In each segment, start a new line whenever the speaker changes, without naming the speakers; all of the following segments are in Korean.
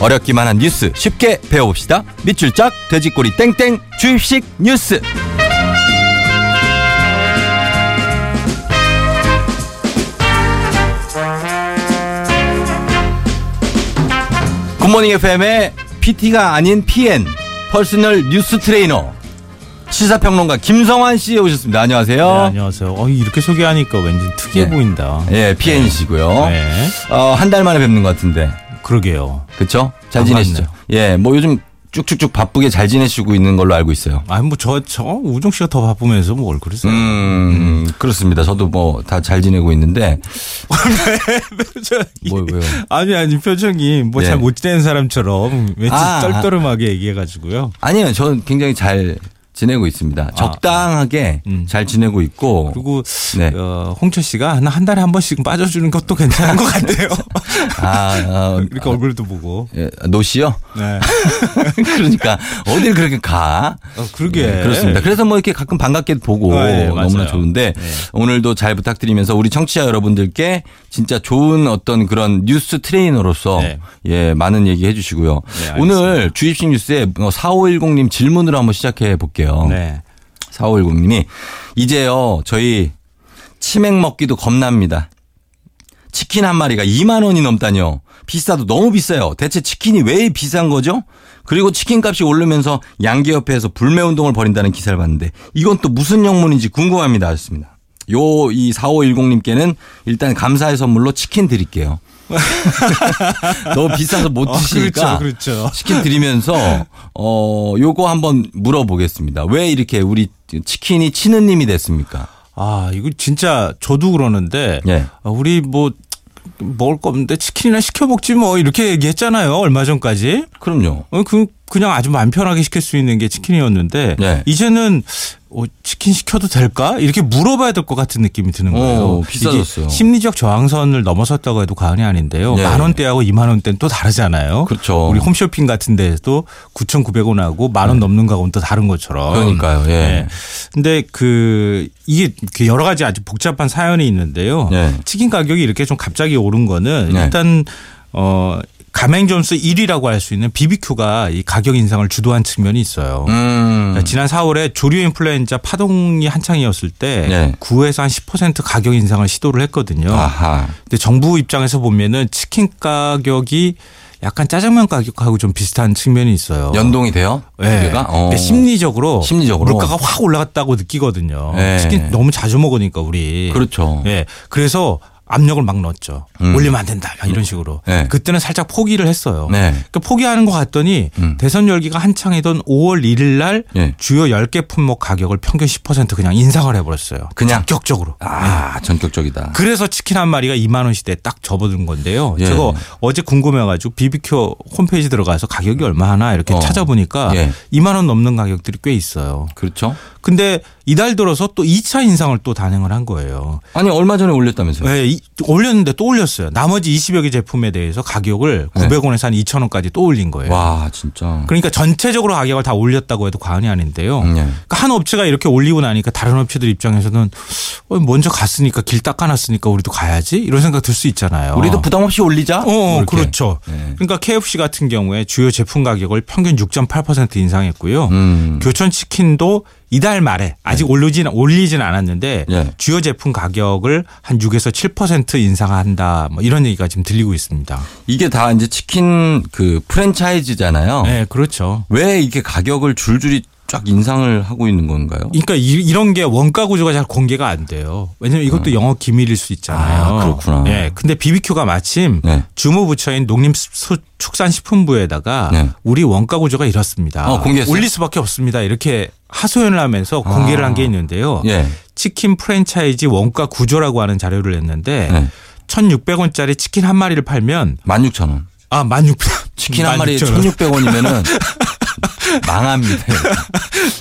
어렵기만 한 뉴스 쉽게 배워봅시다. 밑줄 짝 돼지꼬리 땡땡 주입식 뉴스. 굿모닝 FM의 PT가 아닌 PN 퍼스널 뉴스 트레이너 시사평론가 김성환 씨 오셨습니다.
네,
안녕하세요.
안녕하세요. 어, 이렇게 소개하니까 왠지 특이해
네.
보인다.
예, PN 씨고요.
네.
어, 한 달 만에 뵙는 것 같은데.
그러게요.
그쵸? 잘
안
지내시죠?
맞네요.
예, 뭐 요즘 쭉쭉쭉 바쁘게 잘 지내시고 있는 걸로 알고 있어요.
아니, 뭐, 저, 저, 우정 씨가 더 바쁘면서 뭐 얼굴이세요?
음, 그렇습니다. 저도 뭐 다 잘 지내고 있는데.
표정이.
뭐, 왜요?
아니, 아니, 표정이 뭐
네.
잘 못 지내는 사람처럼 왠지
아,
떨떠름하게 얘기해가지고요.
아니요, 저는 굉장히 잘 지내고 있습니다. 적당하게
음.
잘 지내고 있고.
그리고,
네.
어, 홍철 씨가 한, 한 달에 한 번씩 빠져주는 것도 괜찮은 것 같아요.
아, 어,
이렇게 얼굴도 보고.
예, 노시요?
네.
그러니까 어딜 그렇게 가?
어, 그러게.
예, 그렇습니다. 그래서 뭐 이렇게 가끔 반갑게 보고
아, 예,
너무나
맞아요.
좋은데 오늘도 잘 부탁드리면서 우리 청취자 여러분들께 진짜 좋은 어떤 그런 뉴스 트레이너로서
네.
예, 많은 얘기 해 주시고요.
알겠습니다.
오늘 주입식 뉴스에 4510님 질문으로 한번 시작해 볼게요.
네.
4510님이 이제요 저희 치맥 먹기도 겁납니다. 치킨 한 마리가 2만 원이 넘다뇨. 비싸도 너무 비싸요. 대체 치킨이 왜 비싼 거죠? 그리고 치킨 값이 오르면서 양계협회에서 불매 운동을 벌인다는 기사를 봤는데 이건 또 무슨 영문인지 궁금합니다. 하셨습니다. 요 이 4510님께는 일단 감사의 선물로 치킨 드릴게요. 너무 비싸서 못
어,
드시니까
그렇죠, 그렇죠.
치킨 드리면서 어 요거 한번 물어보겠습니다. 왜 이렇게 우리 치킨이 치는 님이 됐습니까?
아, 이거 진짜 저도 그러는데
예.
아, 우리 뭐 먹을 거 없는데 치킨이나 시켜 먹지 뭐 이렇게 얘기했잖아요. 얼마 전까지.
그럼요.
어, 그 그냥 아주 마음 편하게 시킬 수 있는 게 치킨이었는데
네.
이제는 어, 치킨 시켜도 될까? 이렇게 물어봐야 될 것 같은 느낌이 드는 거예요.
어, 비싸졌어요.
이게 심리적 저항선을 넘어섰다고 해도 과언이 아닌데요.
네.
만 원대하고 2만 원대는 또 다르잖아요.
그렇죠.
우리 홈쇼핑 같은 데에도 9,900원하고 만 원 넘는 거하고는 또 다른 것처럼.
네. 그러니까요. 예.
네. 근데 그 이게 그 여러 가지 아주 복잡한 사연이 있는데요.
네.
치킨 가격이 이렇게 좀 갑자기 오른 거는
네.
일단 어 가맹 점수 1위라고 할 수 있는 BBQ가 이 가격 인상을 주도한 측면이 있어요.
음.
그러니까 지난 4월에 조류 인플루엔자 파동이 한창이었을 때
네.
9에서 한 10% 가격 인상을 시도를 했거든요.
아하.
근데 정부 입장에서 보면은 치킨 가격이 약간 짜장면 가격하고 좀 비슷한 측면이 있어요.
연동이 돼요?
예.
그게가? 어.
그러니까 심리적으로,
심리적으로?
물가가 확 올라갔다고 느끼거든요.
예.
치킨 너무 자주 먹으니까 우리.
그렇죠. 음.
예. 그래서 압력을 막 넣었죠. 올리면 안 된다. 막 이런 식으로.
예.
그때는 살짝 포기를 했어요.
네.
그러니까 포기하는 것 같더니
음.
대선 열기가 한창이던 5월 1일 날
예.
주요 10개 품목 가격을 평균 10% 그냥 인상을 해버렸어요.
그냥?
적극적으로. 예.
아, 전격적이다.
그래서 치킨 한 마리가 2만 원 시대에 딱 접어든 건데요.
예.
제가 어제 궁금해가지고 비비큐 홈페이지 들어가서 가격이 얼마 하나 이렇게
어.
찾아보니까
예.
2만 원 넘는 가격들이 꽤 있어요.
그렇죠?
근데 이달 들어서 또 2차 인상을 또 단행을 한 거예요.
아니, 얼마 전에 올렸다면서요?
네, 이- 올렸는데 또 올렸어요. 나머지 20여 개 제품에 대해서 가격을
예.
900원에서 한 2,000원까지 또 올린 거예요.
와, 진짜.
그러니까 전체적으로 가격을 다 올렸다고 해도 과언이 아닌데요.
음, 예.
그러니까 한 업체가 이렇게 올리고 나니까 다른 업체들 입장에서는 어, 먼저 갔으니까 길 닦아놨으니까 우리도 가야지 이런 생각 들 수 있잖아요.
우리도 부담 없이 올리자?
어,
이렇게.
그렇죠.
네.
그러니까 KFC 같은 경우에 주요 제품 가격을 평균 6.8% 인상했고요.
음. 네.
교촌 치킨도 이달 말에 아직 올리진 올리진 않았는데
예.
주요 제품 가격을 한 6에서 7% 인상한다. 뭐 이런 얘기가 지금 들리고 있습니다.
이게 다 이제 치킨 그 프랜차이즈잖아요.
네, 그렇죠.
왜 이렇게 가격을 줄줄이 쫙 인상을 하고 있는 건가요?
그러니까 이, 런게 원가 구조가 잘 공개가 안 돼요. 왜냐면 이것도 영업 기밀일 수 있잖아요.
음. 아, 그렇구나.
예. 근데 BBQ가 마침
네.
주무부처인 농림축산식품부에다가
네.
우리 원가 구조가 이렇습니다.
어, 공개했어요?
올릴 수밖에 없습니다. 이렇게 하소연을 하면서 공개를
아.
한 게 있는데요.
예.
치킨 프랜차이즈 원가 구조라고 하는 자료를 냈는데
네.
1,600원짜리 치킨 한 마리를 팔면
16,000원.
아, 16,000.
치킨 한 마리에
16,000 원.
1,600원이면은 망합니다.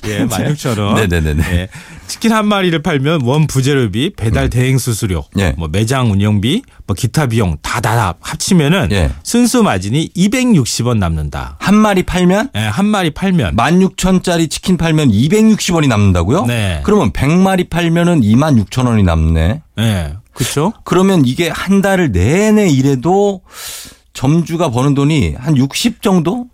예, 16,000원.
네네네네.
예. 치킨 한 마리를 팔면 원 부재료비, 배달 대행 수수료,
음. 예.
뭐 매장 운영비, 뭐 기타 비용 다 다 다 합치면은
예.
순수 마진이 260원 남는다.
한 마리 팔면
예, 한 마리 팔면
16,000짜리 치킨 팔면 260원이 남는다고요?
네.
그러면 100마리 팔면은 26,000원이 남네.
예. 그렇죠?
그러면 이게 한 달을 내내 일해도 점주가 버는 돈이 한 60 정도?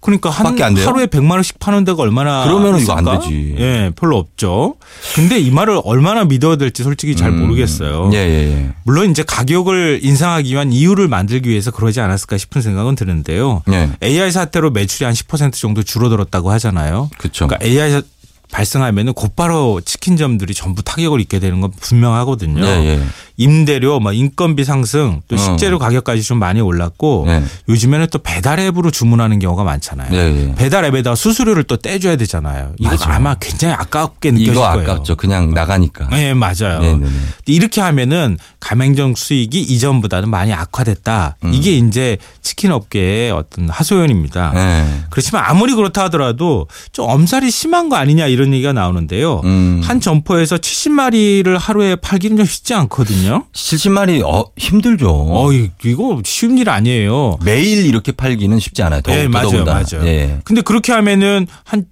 그러니까 한
밖에 안 돼요?
하루에 100만 원씩 파는 데가 얼마나
그러면은 이거 안
있을까?
되지.
예, 별로 없죠. 근데 이 말을 얼마나 믿어야 될지 솔직히 잘
음.
모르겠어요.
예, 예,
물론 이제 가격을 인상하기 위한 이유를 만들기 위해서 그러지 않았을까 싶은 생각은 드는데요.
예. 예.
AI 사태로 매출이 한 10% 정도 줄어들었다고 하잖아요.
그쵸.
그러니까 AI 사- 발생하면은 곧바로 치킨점들이 전부 타격을 입게 되는 건 분명하거든요.
예, 예.
임대료, 막 인건비 상승, 또
어.
식재료 가격까지 좀 많이 올랐고
예.
요즘에는 또 배달 앱으로 주문하는 경우가 많잖아요.
예, 예.
배달 앱에다 수수료를 또 떼줘야 되잖아요. 이거
맞아요.
아마 굉장히 아깝게 느껴질
이거
거예요.
아깝죠. 그냥 나가니까.
네, 맞아요.
네, 네, 네.
이렇게 하면은 가맹점 수익이 이전보다는 많이 악화됐다.
음.
이게 이제 치킨 업계의 어떤 하소연입니다.
예.
그렇지만 아무리 그렇다 하더라도 좀 엄살이 심한 거 아니냐 이런 얘기가 나오는데요.
음.
한 점포에서 70마리를 하루에 팔기는 좀 쉽지 않거든요.
70만이 어, 힘들죠.
어, 이- 이거 쉬운 일 아니에요.
매일 이렇게 팔기는 쉽지 않아요. 더,
예, 맞아요,
더더군다나.
맞아요.
예.
근데 그렇게 하면은 한,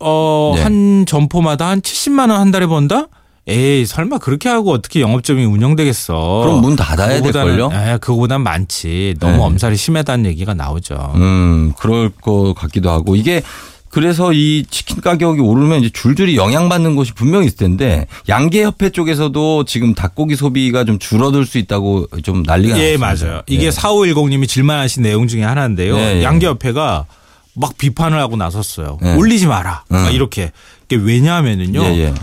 어,
네.
한 점포마다 한 70만 원 한 달에 번다? 에이, 설마 그렇게 하고 어떻게 영업점이 운영되겠어.
그럼 문 닫아야
그거보다는-
될걸요?
에, 그거보단 많지. 너무
네.
엄살이 심하다는 얘기가 나오죠.
음, 그럴 것 같기도 하고 이게 그래서 이 치킨 가격이 오르면 이제 줄줄이 영향받는 곳이 분명히 있을 텐데 양계협회 쪽에서도 지금 닭고기 소비가 좀 줄어들 수 있다고 좀 난리가
예,
났습니다.
맞아요. 이게
예.
4510님이 질문하신 내용 중에 하나인데요.
네, 예.
양계협회가 막 비판을 하고 나섰어요.
네.
올리지 마라. 막
음.
이렇게. 이게 왜냐하면은요.
예, 예.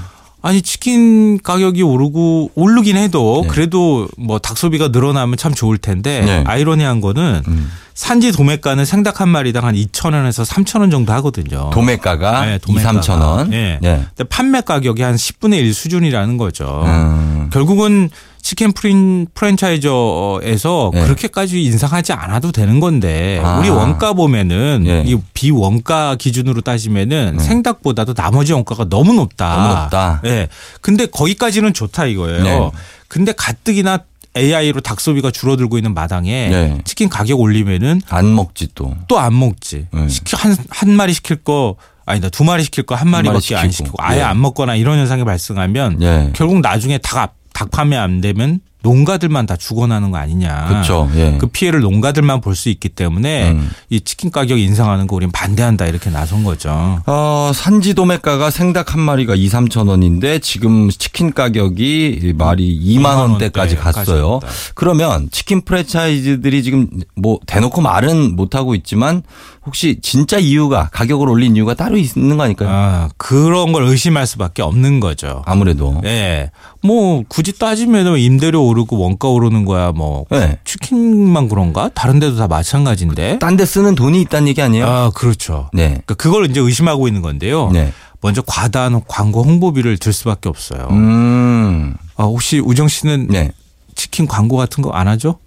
아니 치킨 가격이 오르고 오르긴 해도
네.
그래도 뭐 닭 소비가 늘어나면 참 좋을 텐데
네.
아이러니한 거는
음.
산지 도매가는 생닭 한 마리당 한 2천 원에서 3천 원 정도 하거든요.
도매가가
예,
2,
도매가가.
3천 원.
예. 근데 판매 가격이 한 10분의 1 수준이라는 거죠.
음.
결국은 치킨 프린, 프랜차이저에서
네.
그렇게까지 인상하지 않아도 되는 건데
아.
우리 원가 보면은
예. 음.
이 비원가 기준으로 따지면은 생닭보다도 나머지 원가가 너무 높다.
너무 높다. 아.
예. 근데 거기까지는 좋다 이거예요.
네.
근데 가뜩이나 AI로 닭 소비가 줄어들고 있는 마당에
네.
치킨 가격 올리면은
안 먹지 또.
또 안 먹지.
네.
시키- 한, 한 마리 시킬 거 아니다. 두 마리 시킬 거 한
마리
마리밖에 안
시키고.
시키고 아예
예.
안 먹거나 이런 현상이 발생하면
예.
결국 나중에 닭, 앞- 닭 판매 안 되면 농가들만 다 죽어나는 거 아니냐.
그렇죠. 예.
그 피해를 농가들만 볼 수 있기 때문에
음.
이 치킨 가격 인상하는 거 우린 반대한다 이렇게 나선 거죠.
어, 산지 도매가가 생닭 한 마리가 2, 3천 원인데 지금 치킨 가격이 말이 2만 원대까지 갔어요.
갔다.
그러면 치킨 프랜차이즈들이 지금 뭐 대놓고 말은 못 하고 있지만 혹시 진짜 이유가 가격을 올린 이유가 따로 있는 거 아닐까요?
아, 그런 걸 의심할 수밖에 없는 거죠.
아무래도.
예. 뭐 굳이 따지면 임대료 오르고 원가 오르는 거야 뭐
네.
치킨만 그런가? 다른 데도 다 마찬가지인데.
딴 데 쓰는 돈이 있다는 얘기 아니에요?
아, 어. 그렇죠.
네.
그러니까 그걸 이제 의심하고 있는 건데요.
네.
먼저 과다한 광고 홍보비를 들 수밖에 없어요.
음.
아, 혹시 우정 씨는
네.
치킨 광고 같은 거 안 하죠?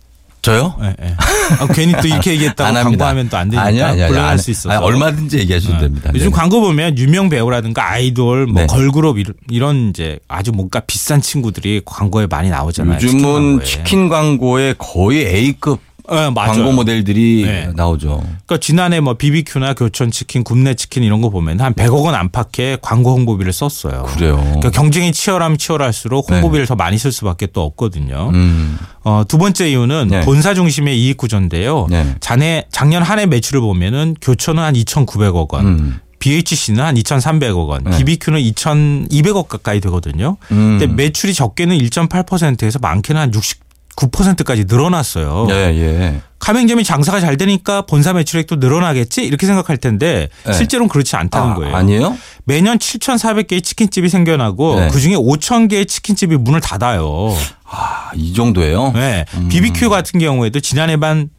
저요?
예, 예. 아, 괜히 또 이렇게 얘기했다고
안 합니다.
광고하면 또 안 되니까
아니요, 아니요, 아니요.
곤란할
안-
수 있어서.
아니, 얼마든지 얘기하셔도
예.
됩니다.
요즘
네.
광고 보면 유명 배우라든가 아이돌, 뭐
네.
걸그룹 이런- 이런 이제 아주 뭔가 비싼 친구들이 광고에 많이 나오잖아요.
요즘은
광고에.
치킨 광고에 거의 A급
예, 맞아요.
광고 뭐 모델들이
네.
나오죠.
그러니까 지난해 뭐 BBQ나 교촌 치킨, 굽네 치킨 이런 거 보면 한 100억 원 안팎의 광고 홍보비를 썼어요.
그래요. 네.
그러니까 경쟁이 치열하면 치열할수록 홍보비를 더 많이 쓸 수밖에 또 없거든요.
음.
어, 두 번째 이유는
네.
본사 중심의 이익 구조인데요.
네.
자네 작년 한 해 매출을 보면은 교촌은 한 2,900억 원,
음.
BHC는 한 2,300억 원,
네.
BBQ는 2,200억 가까이 되거든요.
음.
근데 매출이 적게는 1.8%에서 많게는 한 69%까지 늘어났어요.
예, 예.
가맹점이 장사가 잘 되니까 본사 매출액도 늘어나겠지 이렇게 생각할 텐데
네.
실제로는 그렇지 않다는 거예요.
아, 니에요
매년 7,400개의 치킨집이 생겨나고
네.
그중에 5,000개의 치킨집이 문을 닫아요.
아, 이 정도예요?
네.
음.
BBQ 같은 경우에도 지난해 반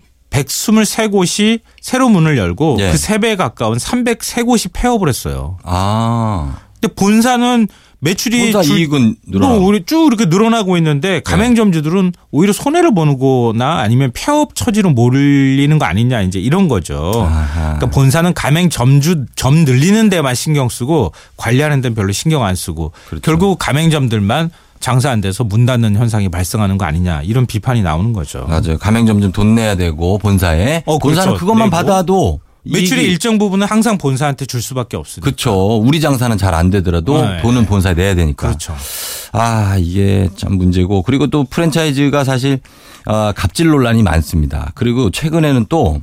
123곳이 새로 문을 열고
예.
그 3배에 가까운 303곳이 폐업을 했어요.
아.
근데 본사는 매출이
혼자
줄- 뭐
이익은 늘어.
또 우리 쭉 이렇게 늘어나고 있는데 가맹점주들은 오히려 손해를 보는거나 아니면 폐업 처지로 몰리는 거 아니냐 이제 이런 거죠.
아하.
그러니까 본사는 가맹점주 점 늘리는 데만 신경 쓰고 관리하는 데는 별로 신경 안 쓰고
그렇죠.
결국 가맹점들만 장사 안 돼서 문 닫는 현상이 발생하는 거 아니냐 이런 비판이 나오는 거죠.
맞아요. 가맹점 좀 돈 내야 되고 본사에.
어,
본사는
그렇죠.
그것만
내고.
받아도
매출의
이익이-
일정 부분은 항상 본사한테 줄 수밖에 없으니까.
그렇죠. 우리 장사는 잘 안 되더라도
네.
돈은 본사에 내야 되니까.
그렇죠.
아, 이게 참 문제고. 그리고 또 프랜차이즈가 사실 아, 갑질 논란이 많습니다. 그리고 최근에는 또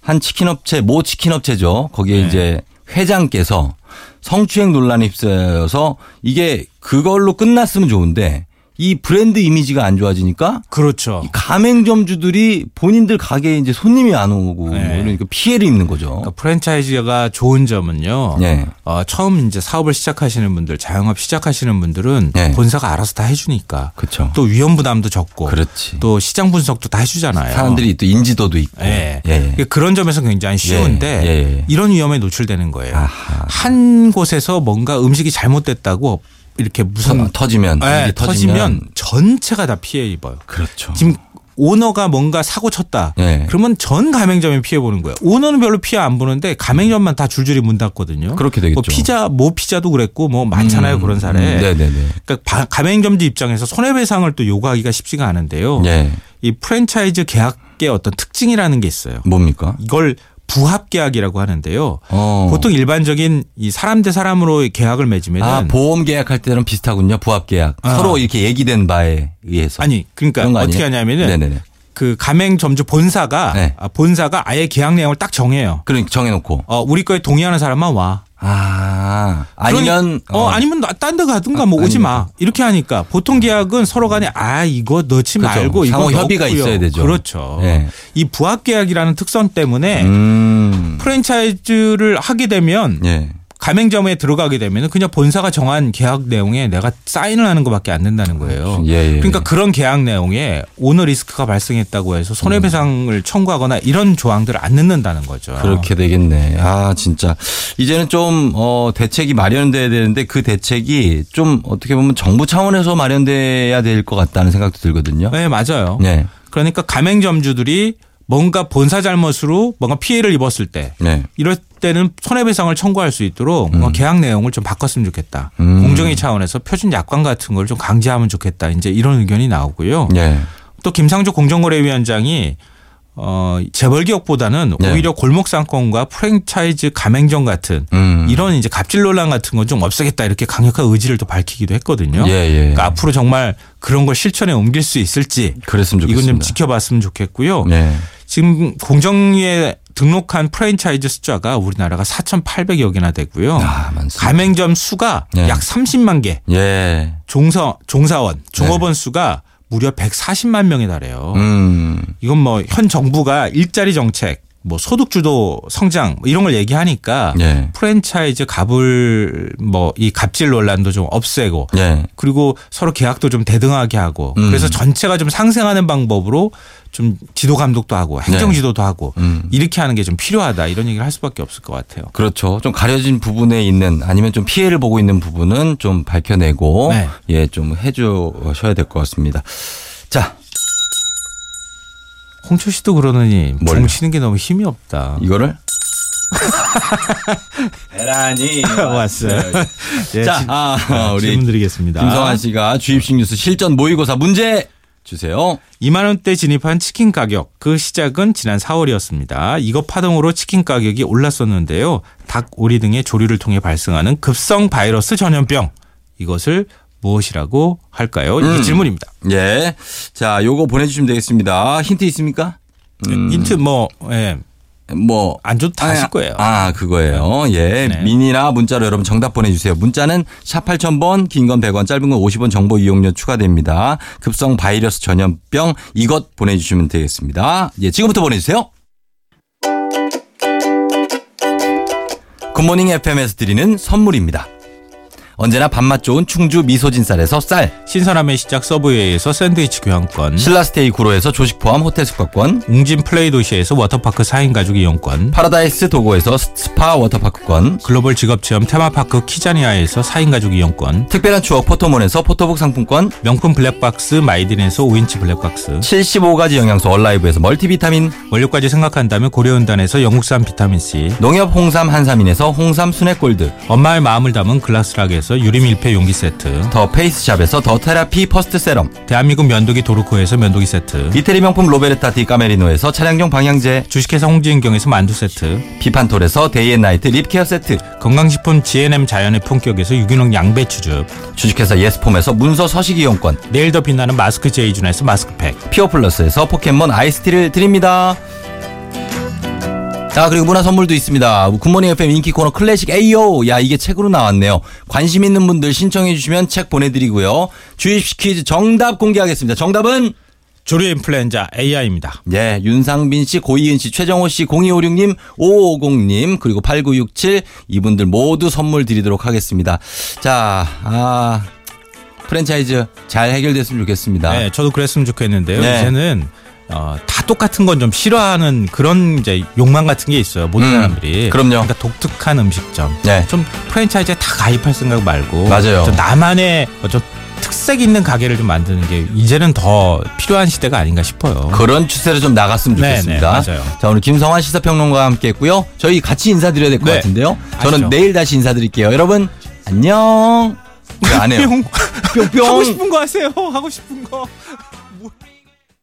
한 치킨 업체 모 치킨 업체죠. 거기에
네.
이제 회장께서 성추행 논란에 휩싸여서 이게 그걸로 끝났으면 좋은데 이 브랜드 이미지가 안 좋아지니까
그렇죠.
이 가맹점주들이 본인들 가게에 이제 손님이 안 오고
네.
그러니까 피해를 입는 거죠.
그러니까 프랜차이즈가 좋은 점은요.
네.
어, 처음 이제 사업을 시작하시는 분들, 자영업 시작하시는 분들은
네.
본사가 알아서 다 해주니까
그렇죠.
또 위험 부담도 적고
그렇지.
또 시장 분석도 다 해주잖아요.
사람들이 또 인지도도 있고.
예.
예.
그러니까 그런 점에서 굉장히 쉬운데
예, 예, 예.
이런 위험에 노출되는 거예요.
아하.
한 곳에서 뭔가 음식이 잘못됐다고 이렇게 무슨
터- 터지면
예,
음, 일이
터지면 전체가 다 피해 입어요.
그렇죠.
지금 오너가 뭔가 사고 쳤다.
예.
그러면 전 가맹점이 피해 보는 거예요. 오너는 별로 피해 안 보는데 가맹점만 다 줄줄이 문 닫거든요.
그렇게 되겠죠.
뭐 피자 모 피자도 그랬고 뭐 많잖아요 그런 사례.
음, 네네네.
그러니까 바- 가맹점주 입장에서 손해배상을 또 요구하기가 쉽지가 않은데요.
예.
이 프랜차이즈 계약의 어떤 특징이라는 게 있어요.
뭡니까?
이걸 부합 계약이라고 하는데요.
어.
보통 일반적인 이 사람 대 사람으로 계약을 맺으면
아 보험 계약할 때랑 비슷하고요. 부합 계약
아.
서로 이렇게 얘기된 바에 의해서.
아니 그러니까
그런 거
어떻게
아니에요?
하냐면은
네네네.
그 가맹점주 본사가
네.
아, 본사가 아예 계약 내용을 딱 정해요.
그러니까 정해놓고.
어, 우리 거에 동의하는 사람만 와.
아 아니면
그러니- 어, 아니면 딴 데 가든가 뭐 오지 마. 이렇게 하니까 보통 계약은 서로 간에 아 이거 넣지
어. 그렇죠.
말고 이거
상호 협의가
넣고요.
있어야 되죠.
그렇죠. 네.
예.
이 부합 계약이라는 특성 때문에
음.
프랜차이즈를 하게 되면
예.
가맹점에 들어가게 되면 그냥 본사가 정한 계약 내용에 내가 사인을 하는 것밖에 안 된다는 거예요.
예, 예.
그러니까 그런 계약 내용에 오너 리스크가 발생했다고 해서 손해배상을 청구하거나 이런 조항들을 안 넣는다는 거죠.
음. 아, 그렇게 되겠네. 아, 진짜. 이제는 좀, 어, 대책이 마련돼야 되는데 그 대책이 좀 어떻게 보면 정부 차원에서 마련돼야 될 것 같다는 생각도 들거든요.
네, 맞아요.
네.
그러니까 가맹점주들이 뭔가 본사 잘못으로 뭔가 피해를 입었을 때
네.
이럴 때는 손해배상을 청구할 수 있도록 뭔가 계약 내용을 좀 바꿨으면 좋겠다.
음.
공정위 차원에서 표준 약관 같은 걸 좀 강제하면 좋겠다. 이제 이런 의견이 나오고요.
네.
또 김상조 공정거래위원장이 어 재벌 기업보다는
네.
오히려 골목 상권과 프랜차이즈 가맹점 같은
음.
이런 이제 갑질 논란 같은 건 좀 없애겠다 이렇게 강력한 의지를 또 밝히기도 했거든요.
예, 예.
그러니까 앞으로 정말 그런 걸 실천에 옮길 수 있을지
그랬으면 좋겠습니다.
이건 좀 지켜봤으면 좋겠고요.
네.
지금 공정위에 등록한 프랜차이즈 숫자가 우리나라가 4,800여 개나 되고요.
아, 많습니다.
가맹점 수가
네.
약 30만 개,
예.
종서, 종사원, 종업원 수가 무려 140만 명에 달해요.
네. 음.
이건 뭐 현 정부가 일자리 정책, 뭐 소득 주도 성장 뭐 이런 걸 얘기하니까
예.
프랜차이즈 갑을 뭐 이 갑질 논란도 좀 없애고
예.
그리고 서로 계약도 좀 대등하게 하고
음.
그래서 전체가 좀 상생하는 방법으로 좀 지도 감독도 하고 행정
네.
지도도 하고
음.
이렇게 하는 게 좀 필요하다 이런 얘기를 할 수밖에 없을 것 같아요.
그렇죠. 좀 가려진 부분에 있는 아니면 좀 피해를 보고 있는 부분은 좀 밝혀내고
네.
예, 좀 해주셔야 될 것 같습니다. 자,
홍철 씨도 그러느니
뭘요?
종 치는 게 너무 힘이 없다.
이거를 에란이
왔어요. 예,
네, 자,
질-
아, 우리
질문 드리겠습니다.
김성환 씨가 주입식 뉴스 실전 모의고사 문제 주세요.
2만 원대 진입한 치킨 가격 그 시작은 지난 4월이었습니다. 이거 파동으로 치킨 가격이 올랐었는데요. 닭, 오리 등의 조류를 통해 발생하는 급성 바이러스 전염병 이것을 무엇이라고 할까요? 이게 질문입니다.
예. 자, 요거 보내주시면 되겠습니다. 힌트 있습니까?
힌트 뭐안 예,
뭐
줘도 다 아실 거예요.
아, 그거예요. 예.
네.
미니나 문자로 여러분 정답 보내주세요. 문자는 샵 8000번, 긴 건 100원, 짧은 건 50원 정보 이용료 추가됩니다. 급성 바이러스 전염병 이것 보내주시면 되겠습니다. 예, 지금부터 보내주세요. 굿모닝 FM에서 드리는 선물입니다. 언제나 밥맛 좋은 충주 미소진 쌀에서 쌀,
신선함의 시작 서브웨이에서 샌드위치 교환권,
신라스테이 구로에서 조식 포함 호텔 숙박권,
웅진 플레이 도시에서 워터파크 4인 가족 이용권,
파라다이스 도고에서 스파 워터파크권,
글로벌 직업 체험 테마파크 키자니아에서 4인 가족 이용권,
특별한 추억 포토몬에서 포토북 상품권,
명품 블랙박스 마이딘에서 5인치 블랙박스,
75가지 영양소 얼라이브에서 멀티비타민,
원료까지 생각한다면 고려은단에서 영국산 비타민C,
농협 홍삼 한삼인에서 홍삼 순액골드,
엄마의 마음을 담은 글라스락에서 포함해서 유리밀폐 용기 세트,
더 페이스샵에서 더 테라피 퍼스트 세럼,
대한민국 면도기 도르코에서 면도기 세트,
이태리 명품 로베르타 디 까메리노에서 차량용 방향제,
주식회사 홍진경에서 만두 세트,
비판톨에서 데이앤나이트 립케어 세트,
건강식품 GNM 자연의 품격에서 유기농 양배추즙,
주식회사 예스폼에서 문서 서식 이용권,
내일 더 빛나는 마스크 제이준에서 마스크팩.
피어플러스에서 포켓몬 아이스티를 드립니다. 자, 그리고 문화 선물도 있습니다. 굿모닝 FM 인기 코너 클래식 에이요. 야, 이게 책으로 나왔네요. 관심 있는 분들 신청해 주시면 책 보내드리고요. 주입식 퀴즈 정답 공개하겠습니다. 정답은?
조류 인플루엔자 AI입니다.
예, 윤상빈 씨, 고이은 씨, 최정호 씨, 0256님, 5550님, 그리고 8967 이분들 모두 선물 드리도록 하겠습니다. 자, 아, 프랜차이즈 잘 해결됐으면 좋겠습니다.
네, 저도 그랬으면 좋겠는데요.
아. 네.
이제는 어, 다 똑같은 건 좀 싫어하는 그런 이제 욕망 같은 게 있어요. 모든
음,
사람들이.
그럼요.
러니까 독특한 음식점.
네.
좀 프랜차이즈에 다 가입할 생각 말고
맞아요.
좀 나만의 좀 특색 있는 가게를 좀 만드는 게 이제는 더 필요한 시대가 아닌가 싶어요.
그런 추세로 좀 나갔으면
그렇죠. 네,
좋겠습니다.
네, 맞아요.
자, 오늘 김성환 시사평론가와 함께 했고요. 저희 같이 인사드려야 될 것
네.
같은데요. 저는
아시죠?
내일 다시 인사드릴게요. 여러분, 안녕. 왜안 해요.
뿅.
뿅뿅.
하고 싶은 거 하세요. 하고 싶은 거.